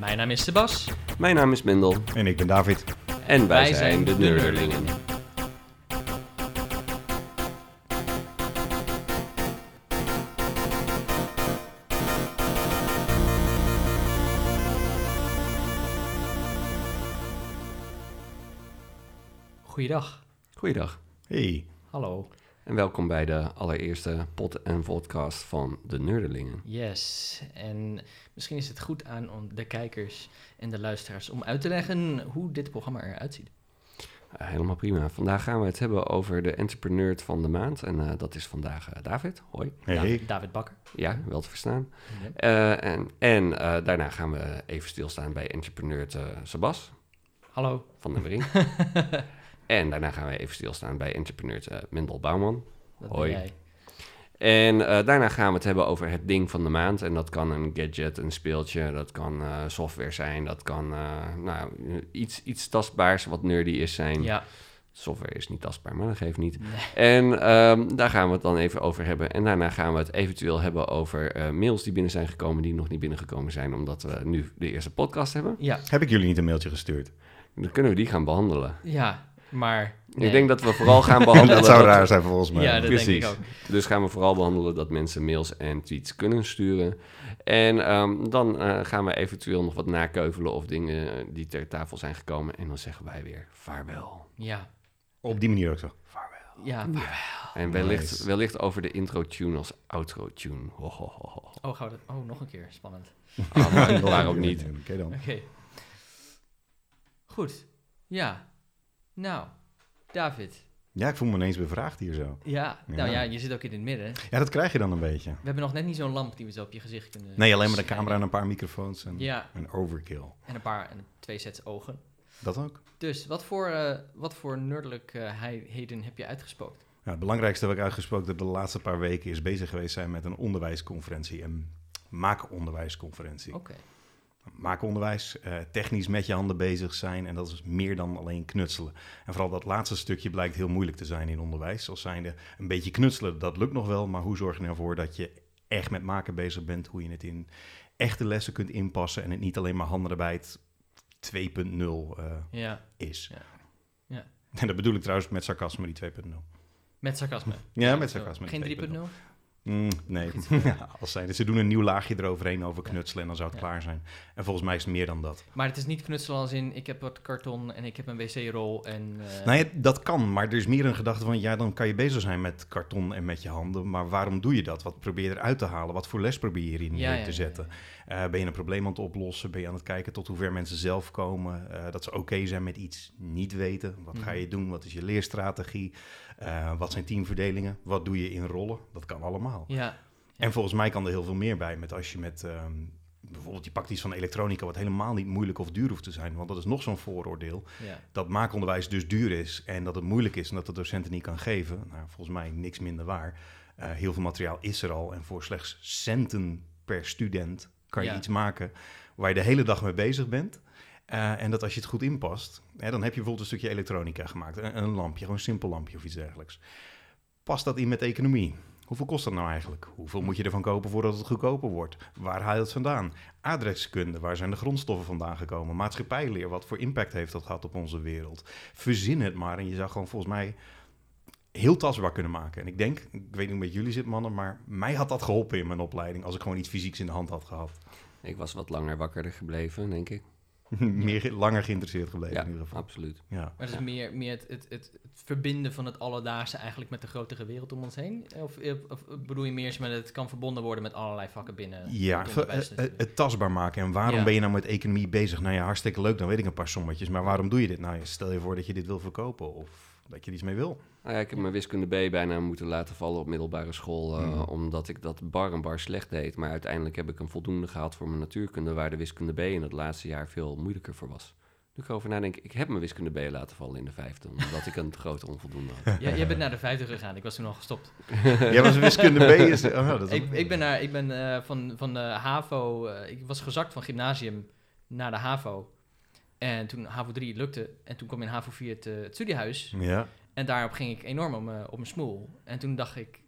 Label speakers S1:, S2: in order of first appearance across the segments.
S1: Mijn naam is Sebas.
S2: Mijn naam is Mendel
S3: En ik ben David.
S2: en wij,
S1: Wij
S2: zijn,
S1: zijn
S2: de
S1: de
S2: Nerderlingen.
S1: Goeiedag.
S2: Goeiedag
S3: Hey.
S1: Hallo.
S2: en welkom bij de allereerste pot en podcast van de Nerderlingen.
S1: Yes. En misschien is het goed aan om de kijkers en de luisteraars om uit te leggen hoe dit programma eruit ziet.
S2: Eh, helemaal prima. Vandaag gaan we het hebben over de entrepreneur van de maand en eh, dat is vandaag eh, David. Hoi.
S3: Hey.
S1: David- David Bakker.
S2: Ja, wel te verstaan.
S1: Ja.
S2: Eh, en en eh, daarna gaan we even stilstaan bij entrepreneur eh, Sebas
S1: Hallo.
S2: van den Brink. en daarna gaan we even stilstaan bij entrepreneur eh, Mendel Bouwman.
S1: Dat
S2: Hoi.
S1: ben jij.
S2: En eh, daarna gaan we het hebben over het ding van de maand. En dat kan een gadget, een speeltje, dat kan eh, software zijn, dat kan eh, nou, iets, iets tastbaars wat nerdy is zijn.
S1: Ja.
S2: Software is niet tastbaar, maar dat geeft niet.
S1: Nee.
S2: En ehm, daar gaan we het dan even over hebben. En daarna gaan we het eventueel hebben over eh, mails die binnen zijn gekomen, die nog niet binnengekomen zijn, omdat we nu de eerste podcast hebben.
S1: Ja.
S3: Heb ik jullie niet een mailtje gestuurd?
S1: Oh,
S2: Dan kunnen we die gaan behandelen.
S1: Ja. Maar. nee.
S2: Ik denk dat we vooral gaan behandelen.
S3: dat zou
S2: dat-
S3: raar zijn volgens mij.
S1: Ja, dat denk ik ook.
S2: Dus gaan we vooral behandelen dat mensen mails en tweets kunnen sturen. En ehm, dan eh, gaan we eventueel nog wat nakeuvelen of dingen die ter tafel zijn gekomen. En dan zeggen wij weer vaarwel.
S1: Ja.
S3: Op die manier ook zo.
S2: Vaarwel.
S1: Ja.
S2: En wellicht,
S3: Nice.
S2: wellicht over de intro-tune als outro-tune. Ho, ho, ho, ho.
S1: Oh, gauw. dat- Oh, nog een keer. Spannend.
S2: Ah, waar- waarom niet?
S3: Oké dan.
S1: Oké. Goed. Ja. Nou. David.
S3: Ja, ik voel me ineens bevraagd hier zo.
S1: Ja. Nou
S3: Ja.
S1: ja, je zit ook in het midden.
S3: Ja, dat krijg je dan een beetje.
S1: We hebben nog net niet zo'n lamp die we zo op je gezicht kunnen...
S3: Nee, alleen maar de
S1: schijnen.
S3: camera en een paar microfoons en
S1: Ja,
S3: een overkill.
S1: en een paar en twee sets ogen.
S3: Dat ook.
S1: Dus wat voor, eh wat voor nerdelijkheden heb je uitgespookt?
S3: Ja, het belangrijkste wat ik uitgesproken heb de laatste paar weken is bezig geweest zijn met een onderwijsconferentie. Een makenonderwijsconferentie.
S1: Oké.
S3: Maakonderwijs, eh, technisch met je handen bezig zijn. En dat is meer dan alleen knutselen. En vooral dat laatste stukje blijkt heel moeilijk te zijn in onderwijs. Als zijnde een beetje knutselen, dat lukt nog wel. Maar hoe zorg je ervoor dat je echt met maken bezig bent? Hoe je het in echte lessen kunt inpassen. En het niet alleen maar handenarbeid 2.0 eh,
S1: Ja,
S3: is.
S1: Ja. Ja.
S3: En dat bedoel ik trouwens met sarcasme, die 2.0.
S1: met sarcasme.
S3: Ja, met sarcasme.
S1: Geen 3.0?
S3: Mm, nee, als zijnde. Ze doen een nieuw laagje eroverheen over knutselen en dan zou het
S1: Ja.
S3: klaar zijn. En volgens mij is het meer dan dat.
S1: Maar het is niet knutselen als in ik heb wat karton en ik heb een wc-rol en... eh,
S3: Nou ja, dat kan, maar er is meer een gedachte van... ja, dan kan je bezig zijn met karton en met je handen... maar waarom doe je dat? Wat probeer je eruit te halen? Wat voor les probeer je hierin
S1: Ja,
S3: neer
S1: ja,
S3: te
S1: ja,
S3: zetten? Eh, ben je een probleem aan het oplossen? Ben je aan het kijken tot hoe ver mensen zelf komen? Eh, dat ze oké zijn met iets niet weten? Wat ga
S1: Mhm.
S3: je doen? Wat is je leerstrategie? Eh, wat zijn teamverdelingen? Wat doe je in rollen? Dat kan allemaal.
S1: Ja, Ja.
S3: En volgens mij kan er heel veel meer bij. Met als je met ehm, bijvoorbeeld je pakt iets van elektronica, wat helemaal niet moeilijk of duur hoeft te zijn. Want dat is nog zo'n vooroordeel.
S1: ja.
S3: Dat maakonderwijs dus duur is en dat het moeilijk is en dat de docent het niet kan geven. Nou, volgens mij niks minder waar. Eh, heel veel materiaal is er al. En voor slechts centen per student kan je
S1: Ja.
S3: iets maken waar je de hele dag mee bezig bent. Eh, en dat als je het goed inpast, hè, dan heb je bijvoorbeeld een stukje elektronica gemaakt. Een, een lampje, gewoon een simpel lampje of iets dergelijks. Past dat in met de economie? Hoeveel kost dat nou eigenlijk? Hoeveel moet je ervan kopen voordat het goedkoper wordt? Waar haal je het vandaan? Aardrijkskunde, waar zijn de grondstoffen vandaan gekomen? Maatschappijleer, wat voor impact heeft dat gehad op onze wereld? Verzin het maar en je zou gewoon volgens mij heel tastbaar kunnen maken. En ik denk, ik weet niet hoe het met jullie zit mannen, maar mij had dat geholpen in mijn opleiding als ik gewoon iets fysieks in de hand had gehad.
S2: Ik was wat langer wakkerder gebleven, denk ik.
S3: Meer ge- langer geïnteresseerd gebleven
S2: Ja,
S3: in ieder geval.
S2: absoluut.
S3: Ja.
S1: Maar het is meer, meer het, het, het, het verbinden van het alledaagse eigenlijk met de grotere wereld om ons heen? Of, eh, of bedoel je meer eens met het kan verbonden worden met allerlei vakken binnen
S3: Ja,
S1: het
S3: ge-
S1: onderwijs
S3: eh, eh,
S1: natuurlijk?
S3: het tastbaar maken. En waarom
S1: Ja.
S3: ben je nou met economie bezig? Nou ja, hartstikke leuk, dan weet ik een paar sommetjes. Maar waarom doe je dit? Nou, stel je voor dat je dit wil verkopen of dat je er iets mee wil.
S2: Nou ja, ik heb mijn wiskunde B bijna moeten laten vallen op middelbare school, eh,
S1: Hmm.
S3: Mhm.
S2: omdat ik dat bar en bar slecht deed. Maar uiteindelijk heb ik een voldoende gehaald voor mijn natuurkunde, waar de wiskunde B in het laatste jaar veel moeilijker voor was. Nu ik erover nadenk, ik heb mijn wiskunde B laten vallen in de vijfde, omdat ik een grote onvoldoende had.
S1: Ja, jij bent naar de vijfde gegaan, ik was toen al gestopt.
S2: Eh.
S3: Jij was een wiskunde B. Is, oh, dat is-
S1: Ik, ik ben, naar, ik ben eh, van, van de HAVO... eh, ik was gezakt van gymnasium naar de HAVO. En toen HAVO 3 lukte. En toen kwam in HAVO 4 het, eh, het studiehuis.
S3: Ja,
S1: En daarop ging ik enorm om, eh, op mijn smoel. En toen dacht ik...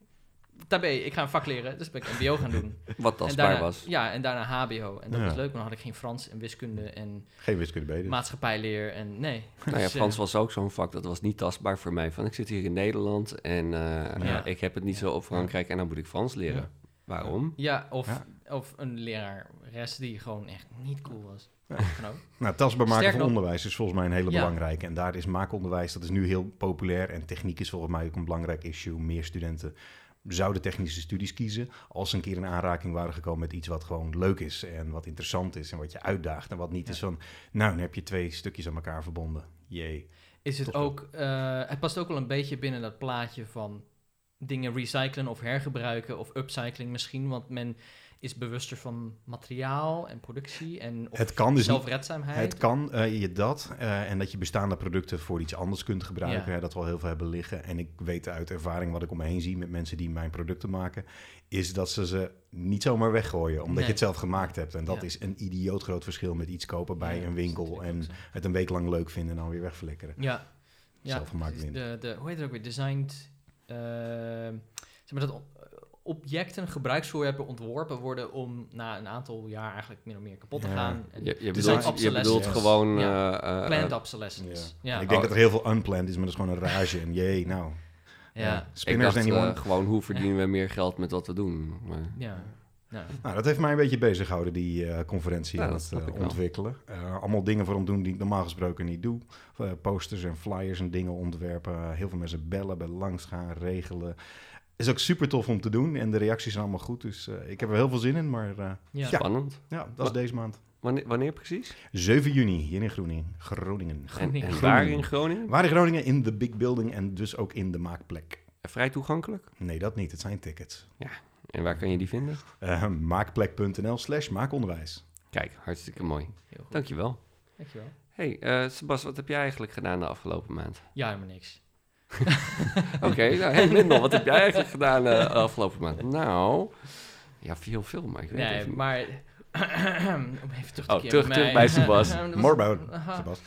S1: Tabé, ik ga een vak leren, dus ben ik MBO gaan doen.
S2: Wat
S1: en
S2: tastbaar
S1: daarna,
S2: was.
S1: Ja, en daarna HBO. En dat
S3: Ja.
S1: was leuk, maar dan had ik geen Frans en wiskunde en
S3: Geen wiskunde bij. dus.
S1: maatschappijleer en nee.
S2: Nou ja,
S1: Dus, eh,
S2: Frans was ook zo'n vak, dat was niet tastbaar voor mij. Van ik zit hier in Nederland en eh,
S1: Ja.
S2: ik heb het niet
S1: Ja.
S2: zo op Frankrijk en dan moet ik Frans leren.
S3: Ja.
S2: Waarom?
S1: Ja, of,
S3: Ja.
S1: of een lerares die gewoon echt niet cool was.
S3: Ja.
S1: Dat kan ook.
S3: Nou, tastbaar maken
S1: Sterker
S3: van
S1: nog-
S3: onderwijs is volgens mij een hele
S1: Ja.
S3: belangrijke. En daar is maakonderwijs, dat is nu heel populair. En techniek is volgens mij ook een belangrijk issue. Meer studenten zouden technische studies kiezen als ze een keer in aanraking waren gekomen met iets wat gewoon leuk is en wat interessant is en wat je uitdaagt en wat niet
S1: Ja.
S3: is van, nou, dan heb je twee stukjes aan elkaar verbonden. Jee.
S1: Is het
S3: Toch wel.
S1: ook, eh, het past ook wel een beetje binnen dat plaatje van dingen recyclen of hergebruiken of upcycling misschien, want men is bewuster van materiaal en productie en of
S3: Het kan dus niet
S1: zelfredzaamheid.
S3: Het kan eh, je dat eh, en dat je bestaande producten voor iets anders kunt gebruiken.
S1: Ja.
S3: Hè, dat we al heel veel hebben liggen. En ik weet uit ervaring wat ik om me heen zie met mensen die mijn producten maken, is dat ze ze niet zomaar weggooien, omdat
S1: Nee.
S3: je het zelf gemaakt hebt. En dat
S1: Ja.
S3: is een idioot groot verschil met iets kopen bij
S1: Ja,
S3: een
S1: dat is
S3: winkel
S1: natuurlijk
S3: en
S1: ook zo.
S3: het een week lang leuk vinden en dan weer wegflikkeren.
S1: ja, ja
S3: zelfgemaakt
S1: precies.
S3: winnen.
S1: De, de, hoe heet het ook weer? Designed, eh, zeg maar dat o- objecten, gebruiksvoorwerpen ontworpen worden om na een aantal jaar eigenlijk min of meer kapot te
S3: Ja.
S1: gaan.
S2: Je,
S1: En
S2: je
S1: zijn
S2: bedoelt, je
S1: obsolescent.
S2: bedoelt
S3: Ja.
S2: gewoon...
S1: Ja.
S2: eh, eh,
S1: Planned
S3: Ja.
S1: obsolescence. Ja.
S3: En Ik denk
S2: Oh.
S3: dat er heel veel unplanned is, maar dat is gewoon een rage. En jee, nou.
S1: ja.
S2: ik
S3: Spinners
S2: dacht
S3: anyone?
S2: eh, gewoon, hoe verdienen we meer geld met wat we doen? Maar,
S1: Ja. Ja.
S3: Nou, dat heeft mij een beetje bezig gehouden, die eh, conferentie
S2: Ja,
S3: en
S2: dat
S3: het
S2: snap
S3: eh,
S2: ik wel.
S3: ontwikkelen. Eh, allemaal dingen voor hem doen die ik normaal gesproken niet doe. Eh, posters en flyers en dingen ontwerpen. Eh, heel veel mensen bellen, bij langs gaan, regelen. Is ook super tof om te doen en de reacties zijn allemaal goed. Dus eh, ik heb er heel veel zin in, maar eh,
S1: Ja.
S3: Ja.
S2: Spannend.
S3: ja, dat is deze maand.
S2: Wanneer, wanneer precies?
S3: 7 juni hier in Groningen. Groningen.
S2: En,
S1: Groningen.
S2: en waar in Groningen?
S3: Waar in Groningen? In de big building en dus ook in de maakplek.
S2: Vrij toegankelijk.
S3: Nee, dat niet. Het zijn tickets.
S2: En waar kan je die vinden?
S3: Eh, maakplek.nl slash maakonderwijs.
S2: Kijk, hartstikke mooi.
S1: Heel goed.
S2: Dankjewel.
S1: Dankjewel.
S2: Hey, eh Sebas, wat heb jij eigenlijk gedaan de afgelopen maand?
S1: Ja, helemaal niks.
S2: Oké, nou, hey Lindel, wat heb jij eigenlijk gedaan eh, de afgelopen maand? Nou, ja, veel veel, maar ik weet het
S1: Nee,
S2: even
S1: maar... om even terug te
S2: Oh,
S1: keren
S2: terug- terug bij Sebas.
S1: Dat was-
S3: Morbo,
S1: Aha.
S3: Sebas.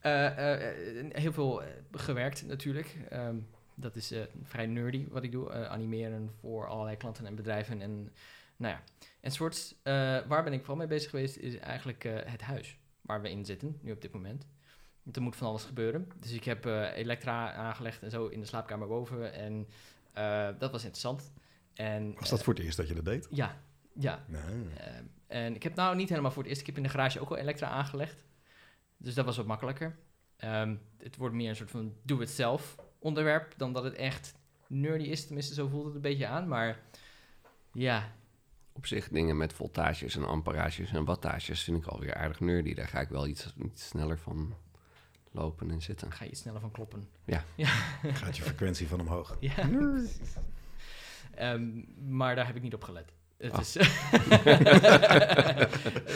S1: Eh, eh, eh, heel veel eh, gewerkt natuurlijk. Ehm, dat is eh, vrij nerdy wat ik doe. eh, animeren voor allerlei klanten en bedrijven en nou ja, enzovoorts. Eh waar ben ik vooral mee bezig geweest is eigenlijk eh, het huis waar we in zitten, nu op dit moment. Want er moet van alles gebeuren. Dus ik heb eh, elektra aangelegd en zo in de slaapkamer boven en eh, dat was interessant. En,
S3: Was dat voor het eerst dat je dat deed?
S1: eh, ja, ja.
S3: Nee.
S1: Ehm, en ik heb nou niet helemaal voor het eerst. Ik heb in de garage ook al elektra aangelegd. Dus dat was wat makkelijker. Ehm, het wordt meer een soort van do-it-zelf onderwerp dan dat het echt nerdy is. Tenminste, zo voelt het een beetje aan. Maar ja,
S2: op zich dingen met voltages en amperages en wattages vind ik alweer aardig nerdy. Daar ga ik wel iets, iets sneller van lopen en zitten.
S1: dan ga je iets sneller van kloppen.
S3: Gaat je frequentie van omhoog.
S1: Ja, precies. Ehm, maar daar heb ik niet op gelet. Het
S2: Ah.
S1: is. Het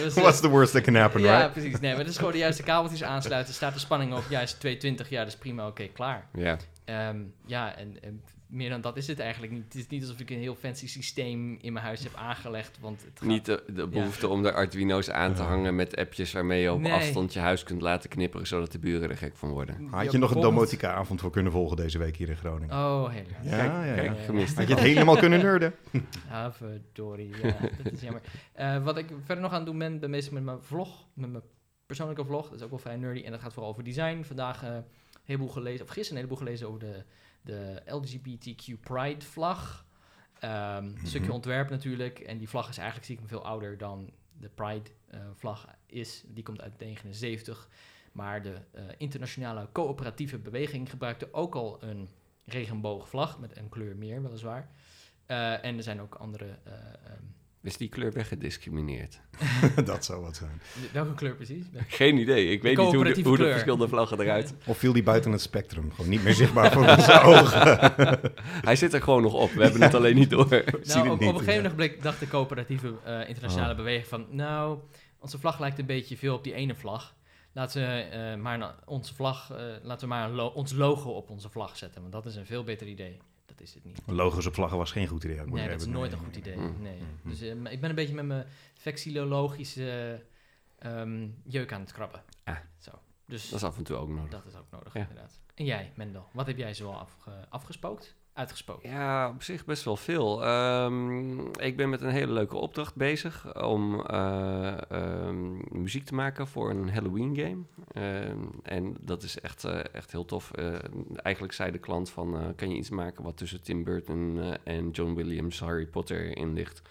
S1: was, eh,
S3: What's the worst that can happen,
S1: ja,
S3: right?
S1: precies. Nee, maar het is gewoon de juiste kabeltjes aansluiten. Staat de spanning op? Ja, is 220. Ja, dat is prima. Oké, klaar.
S2: Ja,
S1: Ehm, ja, en, en meer dan dat is het eigenlijk niet. Het is niet alsof ik een heel fancy systeem in mijn huis heb aangelegd, want het gaat...
S2: niet de, de behoefte om de Arduino's aan te hangen met appjes waarmee je op
S1: Nee.
S2: afstand je huis kunt laten knipperen, zodat de buren er gek van worden.
S1: Ja,
S3: Had je nog een
S1: bijvoorbeeld-
S3: domotica-avond voor kunnen volgen deze week hier in Groningen?
S1: Oh, helaas.
S3: Ja,
S2: kijk,
S3: ja, ja.
S2: kijk, gemist.
S3: Had je het helemaal kunnen nerden?
S1: Ah, verdorie. Ja, dat is jammer. Eh, wat ik verder nog aan het doen ben, ben bezig met mijn vlog, met mijn persoonlijke vlog. Dat is ook wel vrij nerdy en dat gaat vooral over design. Vandaag eh, een heleboel gelezen, of gisteren een heleboel gelezen over de, de LGBTQ Pride vlag. Ehm, Een stukje
S3: Mhm.
S1: ontwerp natuurlijk. En die vlag is eigenlijk stiekem veel ouder dan de Pride eh, vlag is. Die komt uit 79. Maar de eh, internationale coöperatieve beweging gebruikte ook al een regenboogvlag met een kleur meer weliswaar. Eh, en er zijn ook andere. eh, ehm,
S2: Is die kleur weggediscrimineerd?
S3: dat zou wat zijn.
S1: welke kleur precies?
S2: Geen idee. Ik weet niet hoe de,
S1: coöperatieve
S2: hoe de
S1: kleur.
S2: verschillende vlaggen eruit.
S3: Of viel die buiten het spectrum? Gewoon niet meer zichtbaar voor
S1: Nou,
S3: onze ogen.
S2: Hij zit er gewoon nog op. We hebben het alleen niet door.
S3: Zie
S1: nou, op,
S3: het niet, Oh.
S1: op een gegeven moment dacht de coöperatieve eh, internationale beweging van. Nou, onze vlag lijkt een beetje veel op die ene vlag. Laten we eh, maar een- onze vlag, eh, laten we maar een lo- ons logo op onze vlag zetten. Want dat is een veel beter idee. Dat is het niet.
S3: Logos op vlaggen was geen goed idee. ik moet
S1: Nee, dat is
S3: hebben.
S1: nooit een
S3: Nee,
S1: goed
S3: nee,
S1: idee.
S2: Mm.
S1: Nee.
S3: Mm.
S1: Dus eh, maar ik ben een beetje met mijn vexillologische ehm, jeuk aan het krabben.
S2: Ah.
S1: Zo. Dus
S2: Dat is af en toe ook nodig.
S1: Dat is ook nodig,
S2: Ja.
S1: inderdaad. En jij, Mendel, wat heb jij zoal afge afgespookt? uitgesproken?
S2: Ja, op zich best wel veel. Ehm, ik ben met een hele leuke opdracht bezig om eh, ehm, muziek te maken voor een Halloween game. Ehm, en dat is echt, eh, echt heel tof. Eh, eigenlijk zei de klant van, eh, kan je iets maken wat tussen Tim Burton eh, en John Williams Harry Potter in ligt?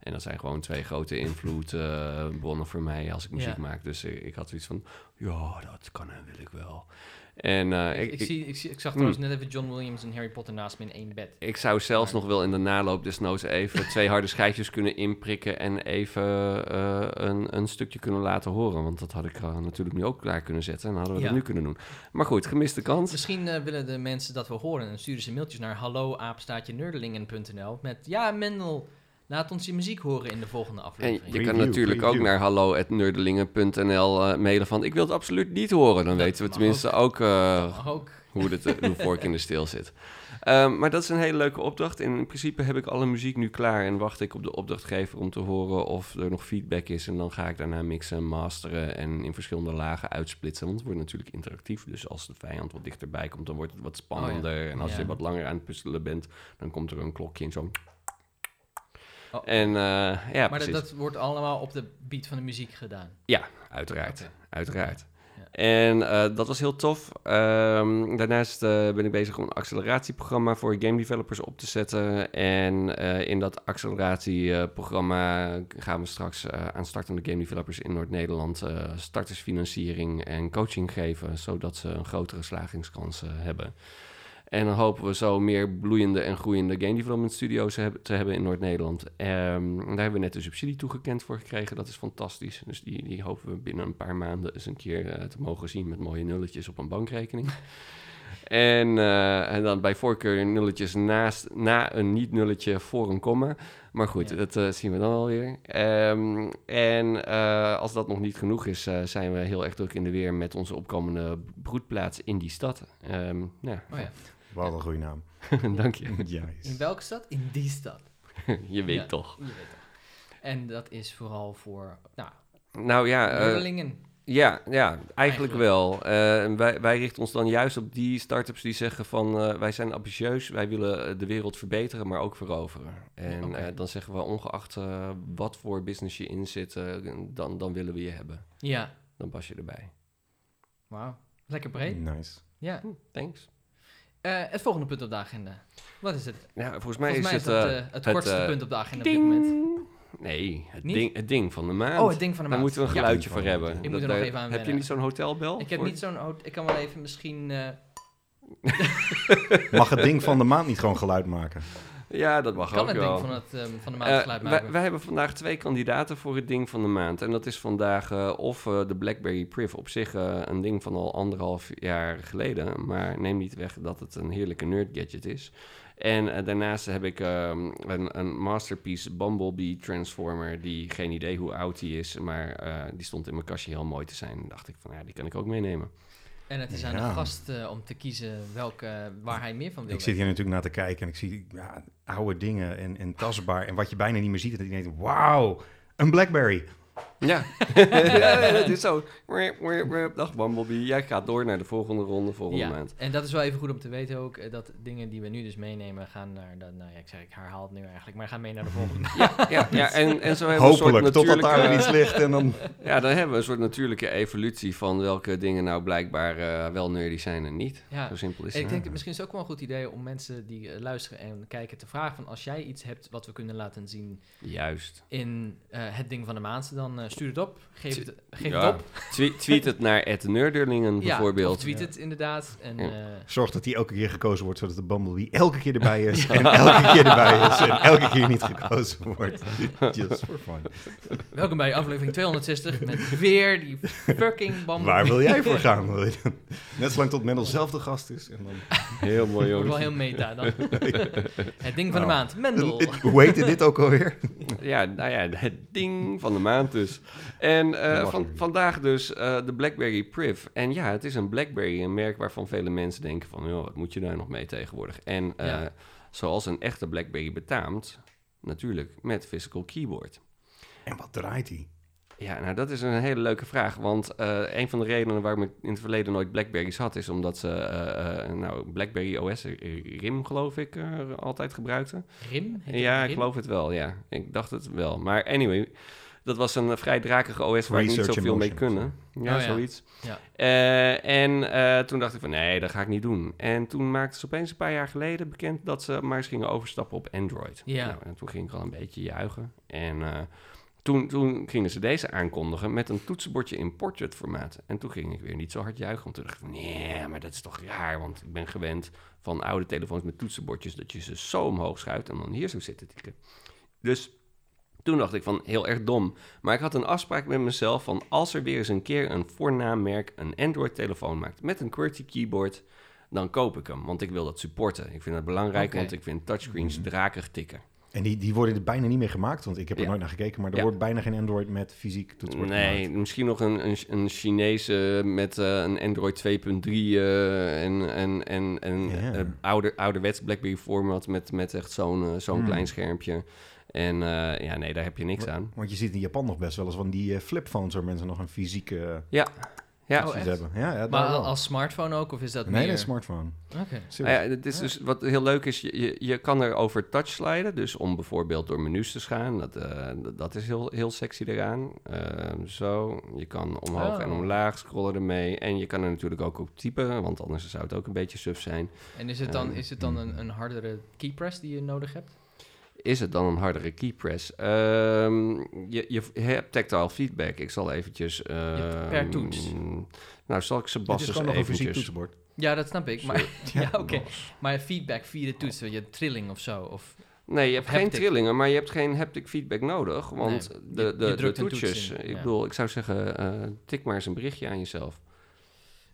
S2: En dat zijn gewoon twee grote invloedbronnen voor mij als ik muziek
S1: Ja.
S2: maak. Dus eh, ik had zoiets van, ja, dat kan en wil ik wel. En eh,
S1: ik, ik, zie, ik, zie- ik zag
S2: Hmm.
S1: trouwens net even John Williams en Harry Potter naast me in één bed.
S2: Ik zou zelfs
S1: Maar-
S2: nog wel in de naloop desnoods even twee harde schijfjes kunnen inprikken en even eh, een, een stukje kunnen laten horen. Want dat had ik eh, natuurlijk nu ook klaar kunnen zetten en hadden we
S1: Ja.
S2: dat nu kunnen doen. Maar goed, gemiste kans.
S1: Misschien eh, willen de mensen dat wel horen en sturen ze mailtjes naar halloaapstaatjenerdelingen.nl met ja, Mendel, laat ons je muziek horen in de volgende
S2: En
S1: aflevering.
S2: je kan
S3: Review,
S2: natuurlijk ook
S3: review.
S2: naar hallo.nerdelingen.nl eh, mailen van ik wil het absoluut niet horen. Dan
S1: Dat
S2: weten we
S1: mag
S2: tenminste ook, eh,
S1: Mag ook.
S2: hoe het eh, hoe vork in de steel zit. Ehm, maar dat is een hele leuke opdracht. In principe heb ik alle muziek nu klaar en wacht ik op de opdrachtgever om te horen of er nog feedback is. En dan ga ik daarna mixen en masteren en in verschillende lagen uitsplitsen. Want het wordt natuurlijk interactief. Dus als de vijand wat dichterbij komt, dan wordt het wat spannender. En als
S1: Oh Ja.
S2: je wat langer aan het puzzelen bent, dan komt er een klokje en zo.
S1: Oh.
S2: En eh, ja,
S1: maar dat,
S2: precies.
S1: dat wordt allemaal op de beat van de muziek gedaan.
S2: Uiteraard.
S1: Oké.
S2: Uiteraard.
S1: Ja.
S2: En eh, dat was heel tof. Ehm, daarnaast eh, ben ik bezig om een acceleratieprogramma voor game developers op te zetten. En eh, in dat acceleratieprogramma gaan we straks eh, aan startende game developers in Noord-Nederland eh, startersfinanciering en coaching geven, zodat ze een grotere slagingskans eh, hebben. En dan hopen we zo meer bloeiende en groeiende game development studio's te hebben- te hebben in Noord-Nederland. Ehm, en daar hebben we net een subsidie toegekend voor gekregen. Dat is fantastisch. Dus die, die hopen we binnen een paar maanden eens een keer eh, te mogen zien met mooie nulletjes op een bankrekening. en, eh, en dan bij voorkeur nulletjes naast, na een niet-nulletje voor een komma. Maar goed,
S1: Ja.
S2: dat eh, zien we dan alweer. Ehm en eh, als dat nog niet genoeg is, eh, zijn we heel erg druk in de weer met onze opkomende broedplaats in die stad. Ehm ja,
S1: Oh ja.
S3: Wat een goede naam.
S2: Dank je.
S3: Ja,
S1: In
S3: is-
S1: welke stad? In die stad.
S2: je weet
S1: Ja.
S2: toch.
S1: Je weet het. En dat is vooral voor, nou,
S2: Nou ja, eh,
S1: nerdelingen.
S2: ja, ja eigenlijk
S1: Eigenlijk.
S2: wel. Eh, en wij, wij richten ons dan juist op die startups die zeggen van... eh, wij zijn ambitieus, wij willen eh, de wereld verbeteren, maar ook veroveren. En
S1: Oké.
S2: eh, dan zeggen we ongeacht eh, wat voor business je in zit, eh, dan, dan willen we je hebben.
S1: Ja,
S2: Dan pas je erbij.
S1: wauw. Lekker breed.
S2: hmm.
S3: Nice.
S1: Ja.
S2: Hm, thanks.
S1: Eh, het volgende punt op de agenda. Wat is het?
S2: Ja, volgens mij
S1: Volgens mij
S2: is
S1: is dat
S2: het... eh,
S1: eh, het
S2: het,
S1: kortste
S2: eh,
S1: punt op de agenda op dit moment.
S2: ding! Nee, het
S1: Niet?
S2: ding, het ding van de maand.
S1: Oh, het ding van de
S2: Daar
S1: maand.
S2: moeten we een
S3: Ja.
S2: geluidje voor hebben.
S3: Ik
S1: moet
S2: Dat-
S1: er nog
S2: daar-
S1: even aan
S2: Heb je
S1: wennen.
S2: niet zo'n hotelbel?
S1: Ik heb
S2: voor-
S1: niet zo'n... hot- Ik kan wel even misschien... eh,
S3: Mag het ding van de maand niet gewoon geluid maken?
S2: Ja, dat mag
S1: kan
S2: ook
S1: het
S2: wel.
S1: ding van, het, ehm, van de
S2: Eh,
S1: maand geluid
S2: wij,
S1: maken.
S2: wij hebben vandaag twee kandidaten voor het ding van de maand. En dat is vandaag eh, of eh, de BlackBerry Priv op zich eh, een ding van al anderhalf jaar geleden. Maar neem niet weg dat het een heerlijke nerd gadget is. En eh, daarnaast heb ik ehm, een, een masterpiece Bumblebee Transformer. Die geen idee hoe oud die is. Maar eh, die stond in mijn kastje heel mooi te zijn. En dacht ik van ja, die kan ik ook meenemen.
S1: En het is aan
S3: Ja.
S1: de gast eh, om te kiezen welke, waar hij meer van wil.
S3: Ik zit hier natuurlijk naar te kijken en ik zie ja, oude dingen en, en tastbaar. En wat je bijna niet meer ziet, en dat je denkt, wauw, een Blackberry.
S2: Ja, ja dat is zo. Dag Bumblebee, jij gaat door naar de volgende ronde volgende
S1: ja.
S2: maand.
S1: En dat is wel even goed om te weten ook, eh, dat dingen die we nu dus meenemen gaan naar, dat, nou ja, ik, zeg, ik herhaal het nu eigenlijk, maar gaan mee naar de volgende.
S2: Ja, ja en, en zo hebben we een
S3: Hopelijk,
S2: soort
S3: totdat daar weer
S2: natuurlijke-
S3: iets ligt. En dan...
S2: Ja, dan hebben we een soort natuurlijke evolutie van welke dingen nou blijkbaar eh, wel nerdy zijn en niet.
S1: ja.
S2: Zo simpel is
S1: En ik
S2: het.
S1: denk, misschien is het ook wel een goed idee om mensen die eh, luisteren en kijken te vragen van als jij iets hebt wat we kunnen laten zien
S2: Juist.
S1: in eh, het ding van de maand, dan eh, stuur het op, geef het, geef
S2: Ja.
S1: het op.
S2: Twe- tweet het naar
S1: Ja,
S2: Nerderlingen bijvoorbeeld.
S1: of tweet het inderdaad. En,
S2: Ja.
S1: eh,
S3: Zorg dat die elke keer gekozen wordt, zodat de Bumblebee elke keer erbij is. En elke keer erbij is. En elke keer niet gekozen wordt. Just for fun.
S1: welkom bij aflevering 260 met weer die fucking bam.
S3: Waar wil jij voor gaan? Wil je dan- Net zolang tot Mendel zelf de gast is. En dan...
S2: Heel mooi,
S1: Wordt wel
S2: jongens.
S1: heel meta dan. Het ding van de
S3: Nou.
S1: maand, Mendel.
S3: Hoe heette dit ook alweer?
S2: Ja, nou ja, het ding van de maand dus. En eh,
S3: Dat mag
S2: van,
S3: niet.
S2: vandaag dus eh, de BlackBerry Priv. En ja, het is een BlackBerry, een merk waarvan vele mensen denken van... joh, wat moet je daar nog mee tegenwoordig? En eh,
S1: Ja.
S2: zoals een echte BlackBerry betaamt, natuurlijk met physical keyboard.
S3: En wat draait hij?
S2: Ja, nou dat is een hele leuke vraag. Want eh, een van de redenen waarom ik in het verleden nooit Blackberries had, is omdat ze eh, eh, nou, Blackberry OS RIM, geloof ik, eh, altijd gebruikten.
S1: Rim? Heet dat
S2: ja,
S1: Rim?
S2: ik geloof het wel. Ja, ik dacht het wel. Maar anyway, dat was een eh, vrij drakige OS waar ik niet
S3: Research in
S2: zoveel mee
S3: motion of
S2: kunnen. Ja,
S1: Oh, ja.
S2: zoiets.
S1: Ja.
S2: Eh, en eh, toen dacht ik van, nee, dat ga ik niet doen. En toen maakten ze opeens een paar jaar geleden bekend dat ze maar eens gingen overstappen op Android.
S1: Ja.
S2: Nou, en toen ging ik al een beetje juichen. En eh, toen, toen gingen ze deze aankondigen met een toetsenbordje in portrait formaat. En toen ging ik weer niet zo hard juichen. Want toen dacht ik, van, nee, maar dat is toch raar. Want ik ben gewend van oude telefoons met toetsenbordjes... dat je ze zo omhoog schuift en dan hier zo zit te tikken. Dus toen dacht ik van, heel erg dom. Maar ik had een afspraak met mezelf van... als er weer eens een keer een voornaammerk een Android-telefoon maakt... met een QWERTY keyboard, dan koop ik hem. Want ik wil dat supporten. Ik vind dat belangrijk,
S1: Oké.
S2: want ik vind touchscreens drakig tikken.
S3: En die, die worden er bijna niet meer gemaakt, want ik heb er
S2: Ja.
S3: nooit naar gekeken. Maar er
S2: Ja.
S3: wordt bijna geen Android met fysiek toetsenbord
S2: nee,
S3: gemaakt.
S2: misschien nog een, een, een Chinese met eh, een Android 2.3 eh, en, en, en, en
S3: Ja.
S2: eh, ouder, ouderwets BlackBerry format met, met echt zo'n eh, zo'n
S3: Hmm.
S2: klein schermpje. En eh, ja, nee, daar heb je niks aan.
S3: Want je ziet in Japan nog best wel eens van die eh, flipphones... waar mensen nog een fysieke eh,
S2: Ja, ja.
S1: Oh,
S3: iets
S1: echt?
S3: hebben. Ja, ja,
S1: Maar
S3: daar wel.
S1: als smartphone ook, of is dat eh, Ah
S3: Nee,
S1: meer...
S3: nee, smartphone.
S1: Oké.
S3: Serieus.
S2: Nou ja, het is dus wat heel leuk is, je, je, je kan er over touch sliden. Dus om bijvoorbeeld door menus te gaan. Dat, eh, dat- dat is heel, heel sexy eraan. Ehm, zo, je kan omhoog
S1: Oh.
S2: en omlaag scrollen ermee. En je kan er natuurlijk ook op typen, want anders zou het ook een beetje suf zijn.
S1: En is het dan,
S2: Eh,
S1: is het dan een, een hardere keypress die je nodig hebt?
S2: Is het dan een hardere keypress? Ehm je, je hebt tactile feedback. Ik zal eventjes...
S1: hebt per
S2: ehm,
S1: toets.
S2: Nou, zal ik
S3: Het is
S2: Sebastian
S3: gewoon nog een fysiek
S2: eventjes...
S3: toetsenbord.
S1: Ja, dat snap ik. Maar, ja, oké.
S3: Bas.
S1: Maar feedback via de toets, weet je trilling of zo. Of,
S2: Nee, je hebt
S1: Haptic.
S2: geen trillingen, maar je hebt geen haptic feedback nodig. Want
S1: Nee, je- je
S2: de, de, de
S1: drukt een toets
S2: toetjes,
S1: in,
S2: ik
S1: ja.
S2: bedoel, ik zou zeggen, eh, tik maar eens een berichtje aan jezelf.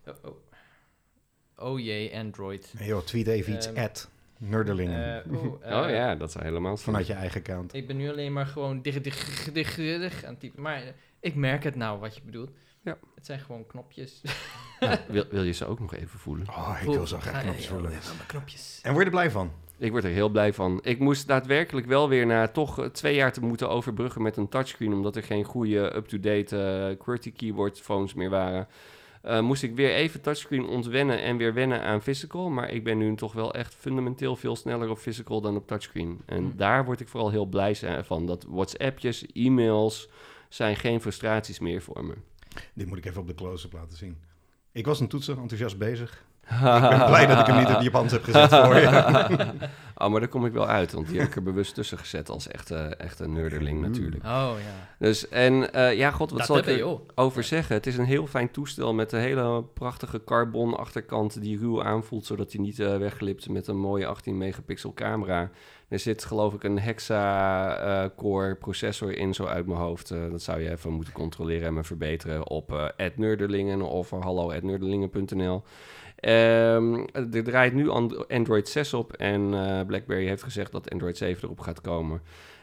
S1: oh, oh. oh jee, Android.
S3: Nee, joh, tweet even iets
S1: Ehm,
S3: at nerdelingen.
S1: Eh, oh, eh,
S2: oh ja, dat zou helemaal slim.
S3: Vanuit je eigen account.
S1: Ik ben nu alleen maar gewoon dig, dig, dig, dig aan het typen. Maar eh, ik merk het nou wat je bedoelt.
S2: Ja.
S1: Het zijn gewoon knopjes.
S2: Ja, wil, wil je ze ook nog even voelen?
S3: Oh, ik wil zo
S1: Ga-
S3: graag knopjes
S1: ja,
S3: voelen.
S1: ja, maar oh, knopjes.
S3: En word je er blij van?
S2: Ik word er heel blij van. Ik moest daadwerkelijk wel weer na toch eh, twee jaar te moeten overbruggen met een touchscreen, omdat er geen goede up-to-date eh, QWERTY keyboard phones meer waren. Eh, moest ik weer even touchscreen ontwennen en weer wennen aan physical. Maar ik ben nu toch wel echt fundamenteel veel sneller op physical dan op touchscreen. En
S1: Hmm.
S2: daar word ik vooral heel blij zijn- van. Dat WhatsAppjes, e-mails zijn geen frustraties meer voor me.
S3: Dit moet ik even op de close-up laten zien. Ik was een toetsen enthousiast bezig. Ik
S1: Ah.
S3: ben blij dat ik hem niet in het Japans heb gezet voor je.
S2: Oh, maar daar kom ik wel uit, want die heb ik er bewust tussen gezet als echte, echte nerderling
S3: Hmm.
S2: natuurlijk.
S1: Oh ja.
S2: Dus en eh, ja, god, wat
S1: Dat
S2: zal ik
S1: heb
S2: er-
S1: je ook.
S2: over zeggen. Het is een heel fijn toestel met een hele prachtige carbon achterkant die ruw aanvoelt, zodat hij niet eh, wegglipt met een mooie 18 megapixel camera. Er zit geloof ik een hexa-core processor in, zo uit mijn hoofd. Eh, dat zou je even moeten controleren en me verbeteren op eh @nerdelingen of hallo@nerdelingen.nl. Ehm, er draait nu And- Android 6 op en eh, BlackBerry heeft gezegd dat Android 7 erop gaat komen.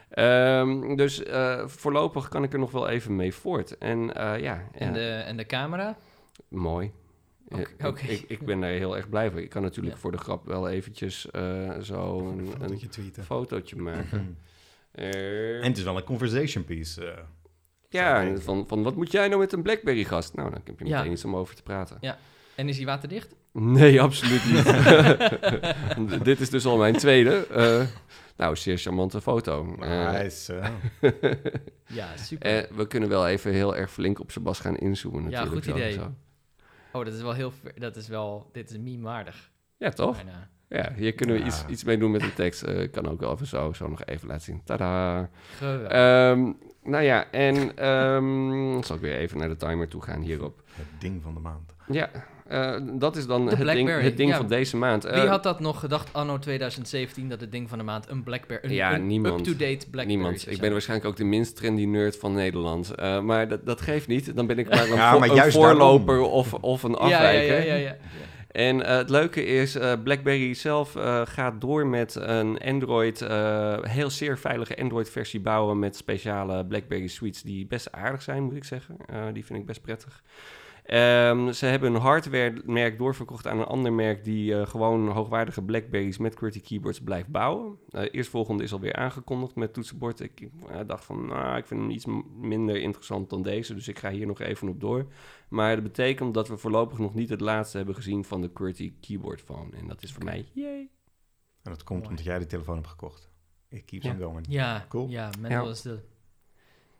S2: Ehm, dus eh, voorlopig kan ik er nog wel even mee voort. En eh, ja, ja,
S1: En, de, en de camera?
S2: mooi. Eh,
S1: Oké,
S2: ik-
S1: oké.
S2: Ik, ik, ben daar heel erg blij voor. Ik kan natuurlijk
S1: Ja.
S2: voor de grap wel eventjes eh, zo een,
S3: Een
S2: een
S3: fotootje tweeten.
S2: fotootje maken. Eh,
S3: En het is wel een conversation piece. eh.
S2: ja, van, van wat moet jij nou met een Blackberry gast? Nou, dan heb je
S1: Ja.
S2: meteen iets om over te praten.
S1: En is die waterdicht?
S2: Nee, absoluut niet. D- Dit is dus al mijn tweede. Eh, nou, zeer charmante foto. Eh,
S3: Maar hij is, eh,
S1: Ja, super.
S2: eh, we kunnen wel even heel erg flink op Sebas gaan
S1: Ja,
S2: inzoomen natuurlijk.
S1: goed
S2: zo en
S1: idee.
S2: zo.
S1: oh, dat is wel heel... ver- Dat is wel... Dit is meme-waardig.
S2: Ja, toch?
S1: bijna.
S2: Ja, hier kunnen we
S3: Ja.
S2: iets, iets mee doen met de tekst. Eh, Ik kan ook wel even zo, zo nog even laten zien. Tada!
S1: Geweldig.
S2: Ehm, nou ja, en ehm, zal ik weer even naar de timer toe gaan hierop.
S3: het ding van de maand.
S2: Ja, eh, dat is dan
S1: De
S2: het ding,
S1: Blackberry,
S2: het ding
S1: ja.
S2: van deze maand. Eh,
S1: Wie had dat nog gedacht anno 2017 dat het ding van de maand een Blackberry, een,
S2: Ja,
S1: een
S2: niemand.
S1: up-to-date Blackberry
S2: Niemand.
S1: zou
S2: Ik ben
S1: zijn?
S2: waarschijnlijk ook de minst trendy nerd van Nederland. Eh, maar dat, dat geeft niet. Dan ben ik maar een,
S3: Ja,
S2: vo-
S3: maar
S2: een
S3: juist
S2: voorloper of, of een
S1: ja,
S2: afwijker.
S1: ja, ja, ja, ja.
S2: En eh, het leuke is, eh, BlackBerry zelf eh, gaat door met een Android, eh, heel zeer veilige Android-versie bouwen met speciale BlackBerry Suites die best aardig zijn, moet ik zeggen. Eh, die vind ik best prettig. Ehm, ze hebben hun hardwaremerk doorverkocht aan een ander merk die eh, gewoon hoogwaardige Blackberries met QWERTY keyboards blijft bouwen. Eh eerstvolgende is alweer aangekondigd met toetsenbord. Ik eh, dacht van, nou, ik vind hem iets m- minder interessant dan deze, dus ik ga hier nog even op door. Maar dat betekent dat we voorlopig nog niet het laatste hebben gezien van de QWERTY keyboard phone. En dat is voor mij, yay.
S3: En dat komt
S1: Mooi.
S3: omdat jij de telefoon hebt gekocht. It keeps
S2: Ja.
S3: on going.
S1: Ja,
S3: Cool.
S1: ja Mendel
S2: Ja.
S1: is de...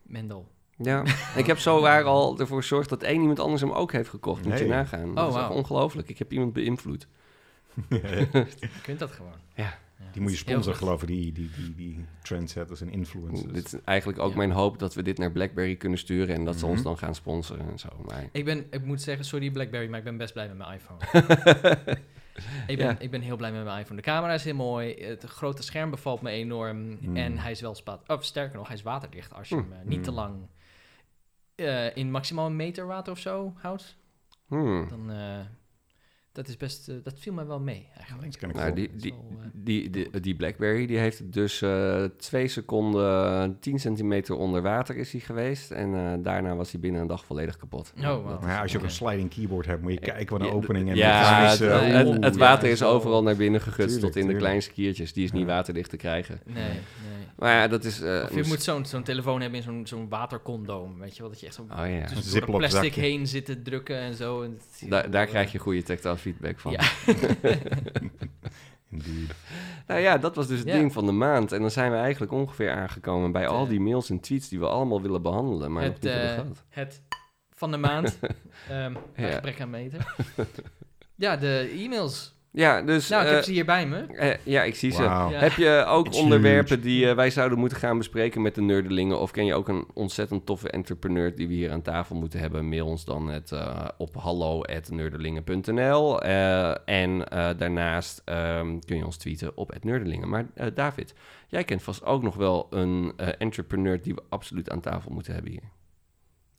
S1: Mendel.
S2: Ja, ik heb zo waar al ervoor gezorgd dat één iemand anders hem ook heeft gekocht. Moet je
S3: Nee.
S2: nagaan. dat is echt
S1: Oh, wauw.
S2: ongelooflijk. Ik heb iemand beïnvloed.
S1: Je kunt dat gewoon.
S2: Ja.
S3: die moet
S1: Heel
S3: je sponsoren,
S1: goed.
S3: geloof ik, die, die, die, die trendsetters en influencers.
S2: Dit is eigenlijk ook
S1: Ja.
S2: mijn hoop dat we dit naar BlackBerry kunnen sturen en dat ze
S3: Mhm.
S2: ons dan gaan sponsoren en zo. Maar
S1: Ik, ben, ik moet zeggen, sorry Blackberry, maar ik ben best blij met mijn iPhone. ik, ben,
S2: Ja.
S1: ik ben heel blij met mijn iPhone. De camera is heel mooi, het grote scherm bevalt me enorm.
S3: Mm.
S1: En hij is wel spat... Of sterker nog, hij is waterdicht als je
S2: Mm.
S1: hem eh, niet te
S3: Mm.
S1: lang... eh, in maximaal een meter water of zo houdt.
S2: hmm.
S1: Dan, eh, dat is best... eh, dat viel mij wel mee eigenlijk.
S3: Dat kan ik
S2: Nou,
S3: wel.
S2: die,
S1: Dat is
S2: die,
S1: wel, eh,
S2: die, die, die BlackBerry die heeft het dus eh, twee seconden, 10 centimeter onder water is hij geweest. En eh, daarna was hij binnen een dag volledig kapot.
S1: Oh, wauw.
S2: Dat-
S3: Maar ja, als je ook een
S1: Oké.
S3: sliding keyboard hebt, moet je kijken wat een
S2: Ja, d-
S3: opening en
S2: Ja,
S3: dat
S2: het,
S3: is, eh,
S1: het-
S3: oeh,
S2: het, het
S1: ja,
S2: water is
S1: zo.
S2: overal naar binnen gegutst
S3: Tuurlijk,
S2: tot in de
S3: tuurlijk.
S2: kleinste kiertjes. Die is niet
S3: Ja.
S2: waterdicht te krijgen.
S1: Nee, nee.
S2: Maar ja, dat is... eh,
S1: Of je moet zo'n zo'n telefoon hebben in zo'n zo'n watercondoom, weet je wel? Dat je echt zo'n
S2: Oh ja.
S1: dus door
S3: Ziploc
S1: dat plastic
S3: zakje.
S1: heen zit te drukken en zo. En het-
S2: Da- daar krijg je goede tactile feedback van.
S1: Ja.
S3: indeed.
S2: Nou ja, dat was dus het
S1: Ja.
S2: ding van de maand. En dan zijn we eigenlijk ongeveer aangekomen bij
S1: Het,
S2: al
S1: eh,
S2: die mails en tweets die we allemaal willen behandelen, maar nog
S1: het,
S2: niet hebben
S1: eh,
S2: gehad.
S1: het van de maand, ehm bij
S2: Ja.
S1: gebrek aan meter. ja, de e-mails.
S2: Ja, dus...
S1: Nou, ik heb
S2: eh,
S1: ze hier bij me.
S2: eh, ja, ik zie ze.
S3: Wauw.
S1: Ja.
S2: Heb je ook
S3: It's
S2: onderwerpen die eh, wij zouden moeten gaan bespreken met de nerdelingen? Of ken je ook een ontzettend toffe entrepreneur die we hier aan tafel moeten hebben? Mail ons dan het, eh, op hallo.nerdelingen.nl. Eh, en eh, daarnaast ehm, kun je ons tweeten op nerdelingen. Maar eh, David, jij kent vast ook nog wel een eh, entrepreneur die we absoluut aan tafel moeten hebben hier.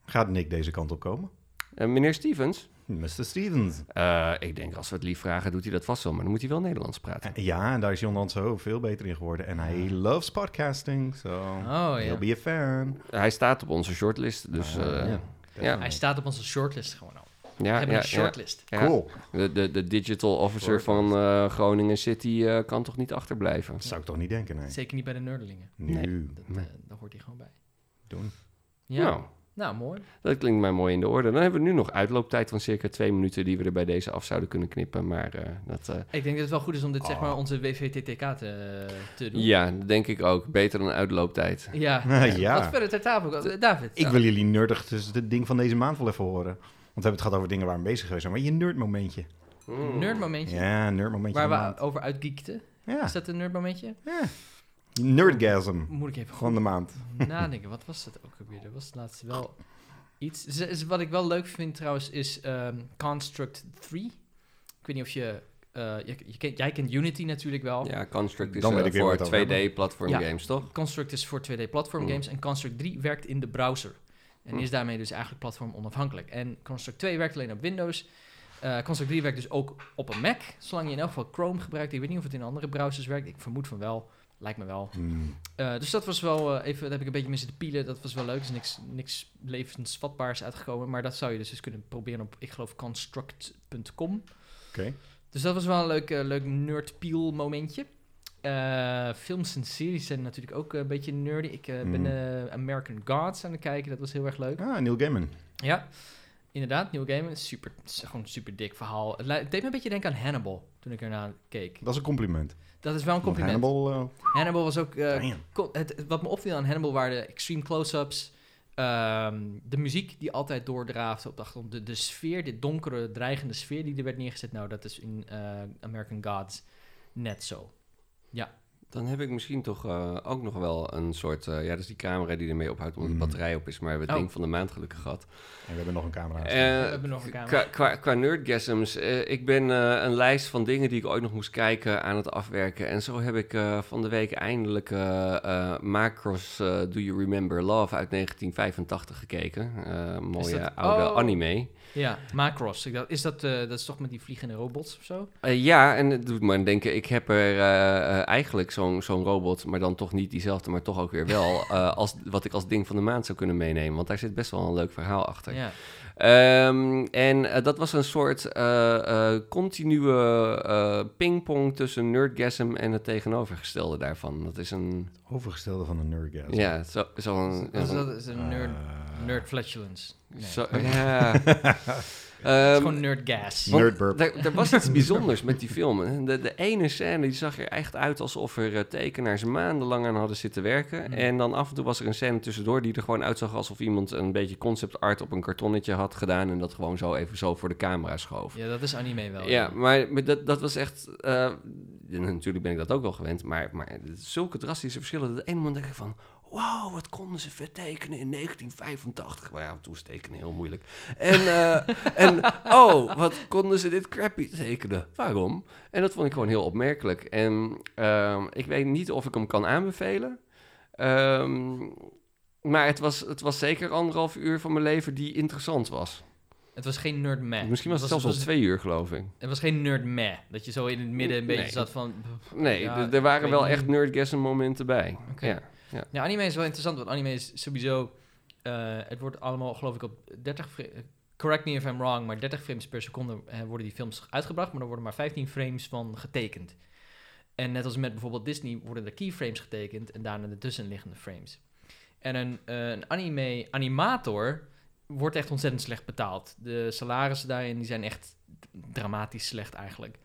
S3: Gaat Nick deze kant op komen?
S2: Eh, meneer Stevens,
S3: Mr. Stevens.
S2: eh, ik denk als we het lief vragen, doet hij dat vast wel, maar dan moet hij wel Nederlands praten.
S3: Ja, en daar is Jon dan zo veel beter in geworden. En hij loves podcasting, so
S1: Oh ja.
S3: he'll be a fan.
S2: Hij staat op onze shortlist, dus eh,
S3: Ah,
S2: ja.
S3: ja.
S1: Hij staat op onze shortlist gewoon al.
S2: Ja,
S1: we hebben
S2: ja,
S1: een shortlist.
S2: ja.
S3: Cool.
S2: De, de, de digital officer
S3: Shortlist.
S2: van eh, Groningen City eh, kan toch niet achterblijven?
S3: Dat zou ik toch niet denken, nee.
S1: Zeker niet bij de nerdelingen.
S3: Nu,
S1: Dat,
S2: Nee.
S1: eh, daar hoort hij gewoon bij.
S3: doen.
S1: Ja.
S2: Nou,
S1: Nou, mooi.
S2: dat klinkt mij mooi in de orde. Dan hebben we nu nog uitlooptijd van circa twee minuten die we er bij deze af zouden kunnen knippen. Maar eh, dat, eh,
S1: Ik denk dat het wel goed is om dit, zeg
S3: Ah.
S1: maar, onze WVTTK te, eh, te doen.
S2: ja, dat denk ik ook. Beter dan uitlooptijd.
S1: Ja.
S3: Nou,
S1: Wat
S3: ja.
S1: verder ter tafel, David.
S3: Ik wil jullie nerdig dus het ding van deze maand wel even horen. Want we hebben het gehad over dingen waar we mee bezig geweest zijn. Maar je nerdmomentje.
S2: Hmm.
S3: Hmm.
S1: Een nerdmomentje.
S3: Ja, nerdmomentje.
S1: Waar
S3: van de maand.
S1: we over uitgeekten.
S3: Ja,
S1: Is dat een nerdmomentje?
S3: ja. Nerdgasm
S1: Moet ik even goed
S3: van de maand.
S1: nadenken. Wat was dat ook alweer? Er was laatst wel iets. Z- is- wat ik wel leuk vind trouwens is ehm, Construct 3. Ik weet niet of je... eh, je, je kent, jij kent Unity natuurlijk wel.
S2: Ja, Construct is
S3: Dan
S2: eh,
S3: weet ik weer
S2: voor
S3: wat het over
S2: 2D-platform
S1: Ja.
S2: games, toch?
S1: Construct is voor 2D-platform
S2: Mm.
S1: games en Construct 3 werkt in de browser. En
S2: Mm.
S1: is daarmee dus eigenlijk platform onafhankelijk. En Construct 2 werkt alleen op Windows. Eh, Construct 3 werkt dus ook op een Mac, zolang je in elk geval Chrome gebruikt. Ik weet niet of het in andere browsers werkt. Ik vermoed van wel. Lijkt me wel.
S3: Hmm.
S1: Eh, dus dat was wel eh, even, dat heb ik een beetje missen te pielen. Dat was wel leuk. Er is niks, niks levensvatbaars uitgekomen. Maar dat zou je dus eens kunnen proberen op, ik geloof, construct.com.
S3: Oké.
S1: Dus dat was wel een leuk, eh, leuk nerdpeel momentje. Eh, films en series zijn natuurlijk ook een beetje nerdy. Ik eh, ben
S3: Mm.
S1: eh, American Gods aan het kijken. Dat was heel erg leuk.
S3: Ah, Neil Gaiman.
S1: Ja, inderdaad. Nieuw game. Super, gewoon een super dik verhaal. Het, li- het deed me een beetje denken aan Hannibal toen ik ernaar keek.
S3: Dat is een compliment.
S1: Dat is wel een
S3: Want
S1: compliment. Hannibal,
S3: Hannibal, eh,
S1: was ook eh,
S3: damn.
S1: Ko- het, het- wat me opviel aan Hannibal waren de extreme close-ups. ehm, de muziek die altijd doordraafde op de achtergrond. De, de sfeer, de donkere, dreigende sfeer die er werd neergezet. Nou, dat is in eh, American Gods net zo.
S2: Dan heb ik misschien toch eh, ook nog wel een soort... eh, ja, dat is die camera die ermee ophoudt omdat de
S3: Mm.
S2: batterij op is. Maar we hebben het
S1: Oh.
S2: ding van de maand gelukkig gehad.
S3: En we hebben nog een camera.
S2: Eh,
S1: We hebben nog een kamer.
S2: Qua, qua, qua nerdgasms, eh, ik ben eh, een lijst van dingen die ik ooit nog moest kijken aan het afwerken. En zo heb ik eh, van de week eindelijk eh, eh, Macross eh, Do You Remember Love uit 1985 gekeken. Eh, mooie
S1: dat-
S2: oude
S1: oh.
S2: anime.
S1: Ja, Macross. Ik dacht, is dat, eh, dat is toch met die vliegende robots of zo?
S2: Eh, ja, en het doet me aan denken, ik heb er eh, eh, eigenlijk zo'n zo'n zo'n robot, maar dan toch niet diezelfde, maar toch ook weer wel, eh, als, wat ik als ding van de maand zou kunnen meenemen. Want daar zit best wel een leuk verhaal achter.
S1: Ja.
S2: Ehm, en eh, dat was een soort eh, eh, continue eh, pingpong tussen nerdgasm en het tegenovergestelde daarvan. Dat is een...
S3: Overgestelde van een nerdgasm.
S2: Ja, zo- zo'n...
S1: Dus
S2: zo'n-
S1: dat is een nerd,
S3: Eh,
S1: nerd flatulence. Nee.
S2: zo-
S1: Het
S2: ja.
S1: is
S2: Ehm,
S1: gewoon nerd gas.
S3: Want- Nerdburp.
S2: Er, er was iets bijzonders met die film. hè. De, de ene scène die zag er echt uit alsof er eh, tekenaars maandenlang aan hadden zitten werken.
S1: Mm.
S2: En dan af en toe was er een scène tussendoor die er gewoon uitzag alsof iemand een beetje concept art op een kartonnetje had gedaan. En dat gewoon zo even zo voor de camera schoof.
S1: Ja, dat is anime wel.
S2: Ja, maar, maar dat, dat was echt... eh, natuurlijk ben ik dat ook wel gewend, maar, maar zulke drastische verschillen. Dat op het ene moment denk ik van... Wauw, wat konden ze vet tekenen in 1985. Maar ja, toen is tekenen heel moeilijk. En, eh, en oh, wat konden ze dit crappy tekenen. Waarom? En dat vond ik gewoon heel opmerkelijk. En ehm, ik weet niet of ik hem kan aanbevelen. Ehm, maar het was, het was zeker anderhalf uur van mijn leven die interessant was.
S1: Het was geen nerd meh.
S2: Misschien was het zelfs
S1: was, dus
S2: al twee uur, geloof ik.
S1: Het was geen nerd meh. Dat je zo in het midden een beetje
S2: Nee.
S1: zat van...
S2: Nee,
S1: Ja,
S2: d-
S1: ik
S2: er waren
S1: weet
S2: wel
S1: niet.
S2: echt nerdgasm momenten bij.
S1: Oké.
S2: Ja.
S1: Ja, Nou, anime is wel interessant, want anime is sowieso... eh, het wordt allemaal, geloof ik, op 30... fr- Correct me if I'm wrong, maar 30 frames per seconde eh, worden die films uitgebracht, maar er worden maar 15 frames van getekend. En net als met bijvoorbeeld Disney worden er keyframes getekend en daarna de tussenliggende frames. En een, eh, een anime animator wordt echt ontzettend slecht betaald. De salarissen daarin die zijn echt dramatisch slecht eigenlijk.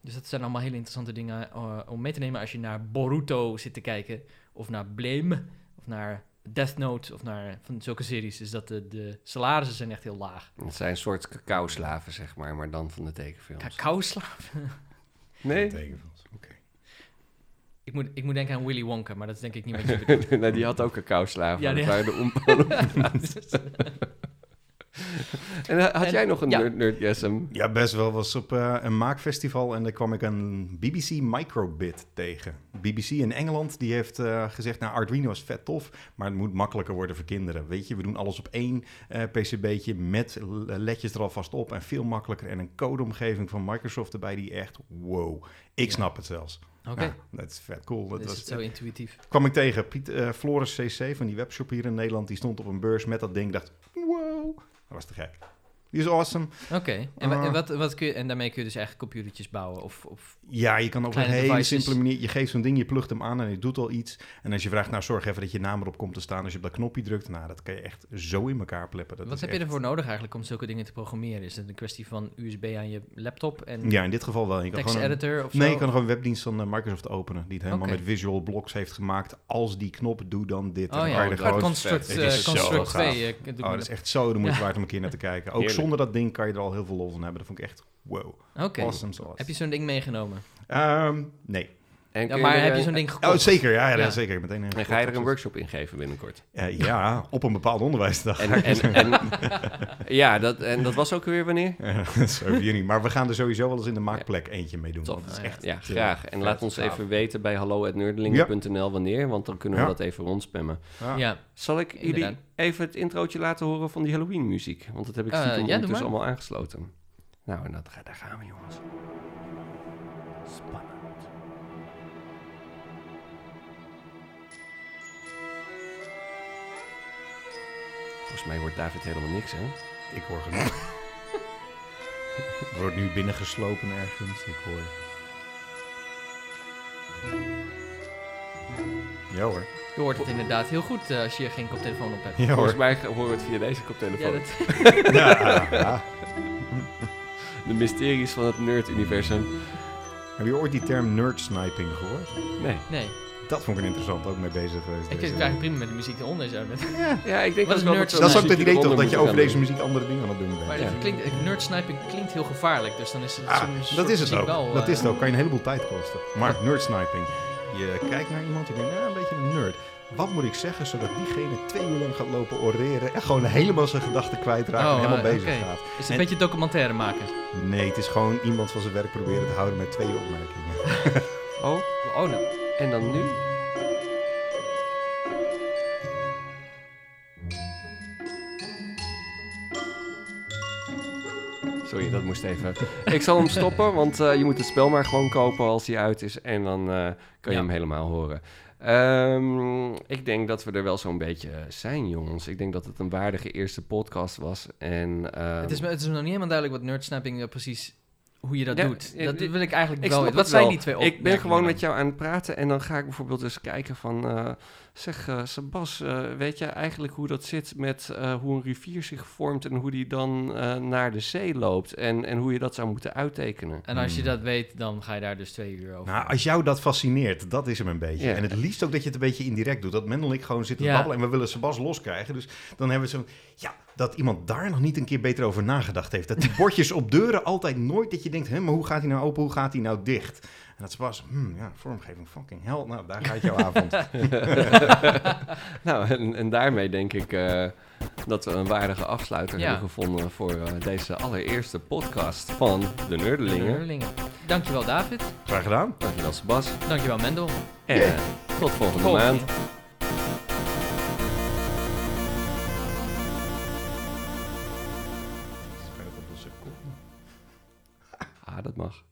S1: Dus dat zijn allemaal hele interessante dingen eh, om mee te nemen als je naar Boruto zit te kijken of naar Blame, of naar Death Note, of naar eh, van zulke series, is dat de, de salarissen zijn echt heel laag.
S2: Het zijn een soort cacao-slaven, zeg maar, maar dan van de tekenfilms.
S1: Cacao-slaaf?
S2: nee?
S3: Tekenfilms, oké.
S1: Ik moet, ik moet denken aan Willy Wonka, maar dat is denk ik niet wat je bedoelt.
S2: nee, die had ook cacao-slaven.
S1: Ja,
S2: Ja,
S1: die- dus-
S2: waren de Oompa Loompas. En eh, had
S1: En-
S2: jij nog een
S1: ja.
S2: nerd nerdgasm?
S3: Ja, best wel. was op eh, een maakfestival en daar kwam ik een BBC Microbit tegen. BBC in Engeland, die heeft eh, gezegd, nou Arduino is vet tof, maar het moet makkelijker worden voor kinderen. Weet je, we doen alles op één eh, PCB'tje met l- ledjes er alvast op en veel makkelijker. En een codeomgeving van Microsoft erbij die echt, wow, ik
S1: Ja.
S3: snap het zelfs.
S1: Oké, Dus
S3: Nou, dat is vet cool. Dat
S1: is
S3: was,
S1: het zo intuïtief.
S3: kwam ik tegen. Piet, eh, Floris CC van die webshop hier in Nederland, die stond op een beurs met dat ding. Dacht, wow, dat was te gek. Die is awesome.
S1: Oké, en, wa-
S3: Ah.
S1: en, wat, wat kun je, en daarmee kun je dus eigen computertjes bouwen of... of
S3: Ja, je kan op
S1: Kleine
S3: een hele
S1: devices.
S3: simpele manier. Je geeft zo'n ding, je plugt hem aan en het doet al iets. En als je vraagt, nou zorg even dat je naam erop komt te staan. Als je op dat knopje drukt, nou dat kan je echt zo in elkaar pleppen. Dat
S1: wat
S3: is
S1: heb je
S3: echt-
S1: ervoor nodig eigenlijk om zulke dingen te programmeren? Is het een kwestie van USB aan je laptop en
S3: Ja, in dit geval wel. Je kan
S1: text
S3: gewoon een-
S1: editor of zo?
S3: Nee, je kan gewoon een webdienst van eh, Microsoft openen. Die het helemaal
S1: Oké.
S3: met Visual Blocks heeft gemaakt. Als die knop, doe dan dit. En
S1: Oh
S3: dan kan
S1: ja,
S3: je er
S2: dat
S1: Hard
S3: gewoon-
S1: Construct,
S3: Het is
S1: eh,
S3: zo
S1: Construct
S3: gaaf.
S1: 2. eh, doe
S3: Oh,
S1: maar
S3: dat is echt zo de moeite waard om een keer naar te kijken. Ook
S2: Heerlijk.
S3: zonder dat ding kan je er al heel veel lol van hebben. Dat vond ik echt wow.
S1: dat. Oké,
S3: Awesome sauce.
S1: heb je zo'n ding meegenomen?
S3: Ehm, nee.
S2: En
S1: Ja,
S2: kun
S1: maar
S2: er,
S1: heb je
S2: eh,
S1: zo'n ding
S3: Oh,
S1: gekocht?
S3: zeker. Ja, ja,
S1: Ja.
S3: zeker. Meteen een
S2: En ga je er een workshop in geven binnenkort?
S3: Eh, ja, op een bepaald onderwijsdag.
S2: En, en, en, ja, dat, en dat was ook weer wanneer?
S3: Zo juni. Maar we gaan er sowieso wel eens in de maakplek eentje mee doen.
S2: Tof.
S3: Want het
S1: Ah,
S3: is
S1: ja.
S3: echt
S2: Ja,
S3: te
S2: graag. En
S3: vet.
S2: laat ons
S3: Gaaf.
S2: even weten bij hallo.nerdlingen.nl wanneer, want dan kunnen we
S3: Ja.
S2: dat even rondspammen.
S3: Ja.
S1: Ja,
S2: Zal ik jullie
S1: Inderdaad.
S2: even het introotje laten horen van die Halloween muziek? Want dat heb ik
S1: Eh,
S2: stiekem
S1: ja, doe
S2: ondertussen
S1: maar.
S2: allemaal aangesloten. Nou, en dat, ga- daar gaan we jongens. Spannend. Volgens mij wordt David helemaal niks, hè?
S3: Ik hoor genoeg. Ik word nu binnengeslopen ergens. Ik hoor... Ja hoor.
S1: je hoort het inderdaad heel goed eh, als je geen koptelefoon op hebt.
S3: Ja
S2: Volgens
S3: hoor.
S2: mij horen we het via deze koptelefoon.
S1: Ja, dat,
S3: Ja, ja.
S2: De mysteries van het nerd-universum.
S3: Heb je ooit die term nerdsniping gehoord?
S2: Nee.
S1: nee,
S3: Dat vond ik een interessant, ook mee bezig geweest.
S1: ik
S3: deze
S1: krijg
S3: week.
S1: het prima met de muziek eronder zo. Dat,
S3: Ja.
S2: Ja, ik denk
S1: Wat is
S2: ook wel
S1: nerd-
S2: we
S3: Dat is ook
S2: muziek
S3: het idee toch,
S2: eronder
S3: dat je
S2: moeten
S3: over
S2: gaan
S3: deze muziek andere dingen aan het doen
S1: maar
S3: bent.
S2: Ja.
S1: dat klinkt, eh, nerdsniping klinkt heel gevaarlijk, dus dan is het soms
S3: Ah, dat
S1: soort
S3: is het
S1: muziek
S3: ook.
S1: wel,
S3: dat
S1: eh,
S3: is het ook. Kan je een heleboel tijd kosten. Maar nerdsniping. Je kijkt naar iemand die denkt, nou, een beetje een nerd. Wat moet ik zeggen zodat diegene twee uur lang gaat lopen oreren en gewoon helemaal zijn gedachten kwijtraakt
S1: Oh,
S3: en helemaal
S1: eh,
S3: bezig
S1: oké.
S3: gaat?
S1: Is het
S3: En-
S1: een beetje documentaire maken?
S3: Nee, het is gewoon iemand van zijn werk proberen te houden met twee opmerkingen.
S2: Oh,
S1: Oh, nou.
S2: en dan nu? Sorry, dat moest even. Ik zal hem stoppen, want eh, je moet het spel maar gewoon kopen als hij uit is. En dan eh, kan je
S1: Ja.
S2: hem helemaal horen. Ehm, ik denk dat we er wel zo'n beetje zijn, jongens. Ik denk dat het een waardige eerste podcast was. En, ehm,
S1: Het is, me- het is me nog niet helemaal duidelijk wat nerdsnapping eh, precies, hoe je dat
S2: Ja,
S1: doet.
S2: ja,
S1: Dat
S2: dit-
S1: wil ik eigenlijk
S2: ik
S1: wel
S2: snap
S1: weten.
S2: het
S1: Wat zijn
S2: wel.
S1: die twee
S2: Ik ben
S1: opmerkingen
S2: gewoon
S1: dan?
S2: met jou aan het praten en dan ga ik bijvoorbeeld eens kijken van... eh, zeg, eh, Sebas, eh, weet jij eigenlijk hoe dat zit met eh, hoe een rivier zich vormt... en hoe die dan eh, naar de zee loopt en, en hoe je dat zou moeten uittekenen?
S1: En als je
S3: Hmm.
S1: dat weet, dan ga je daar dus twee uur over.
S3: Nou, als jou dat fascineert, dat is hem een beetje.
S2: Ja.
S3: En het liefst ook dat je het een beetje indirect doet. Dat Mendel en ik gewoon zitten
S1: Ja.
S3: babbelen en we willen Sebas loskrijgen. Dus dan hebben we zo'n... Ja, dat iemand daar nog niet een keer beter over nagedacht heeft. Dat die bordjes op deuren altijd nooit dat je denkt... Hé, maar hoe gaat hij nou open, hoe gaat hij nou dicht? En dat Sebas, hmm, ja, vormgeving, fucking hell. Nou, daar gaat jouw avond.
S2: nou, en, en daarmee denk ik eh, dat we een waardige afsluiter
S1: Ja.
S2: hebben gevonden... voor eh, deze allereerste podcast van De Nerdelingen.
S1: Nerdelingen. Dankjewel David.
S3: Graag gedaan.
S2: Dankjewel, Sebas.
S1: Dankjewel Mendel.
S2: En eh, tot volgende
S1: Volgende
S2: maand.
S1: keer.
S3: Ik kan het op een seconde.
S2: Ah, dat mag.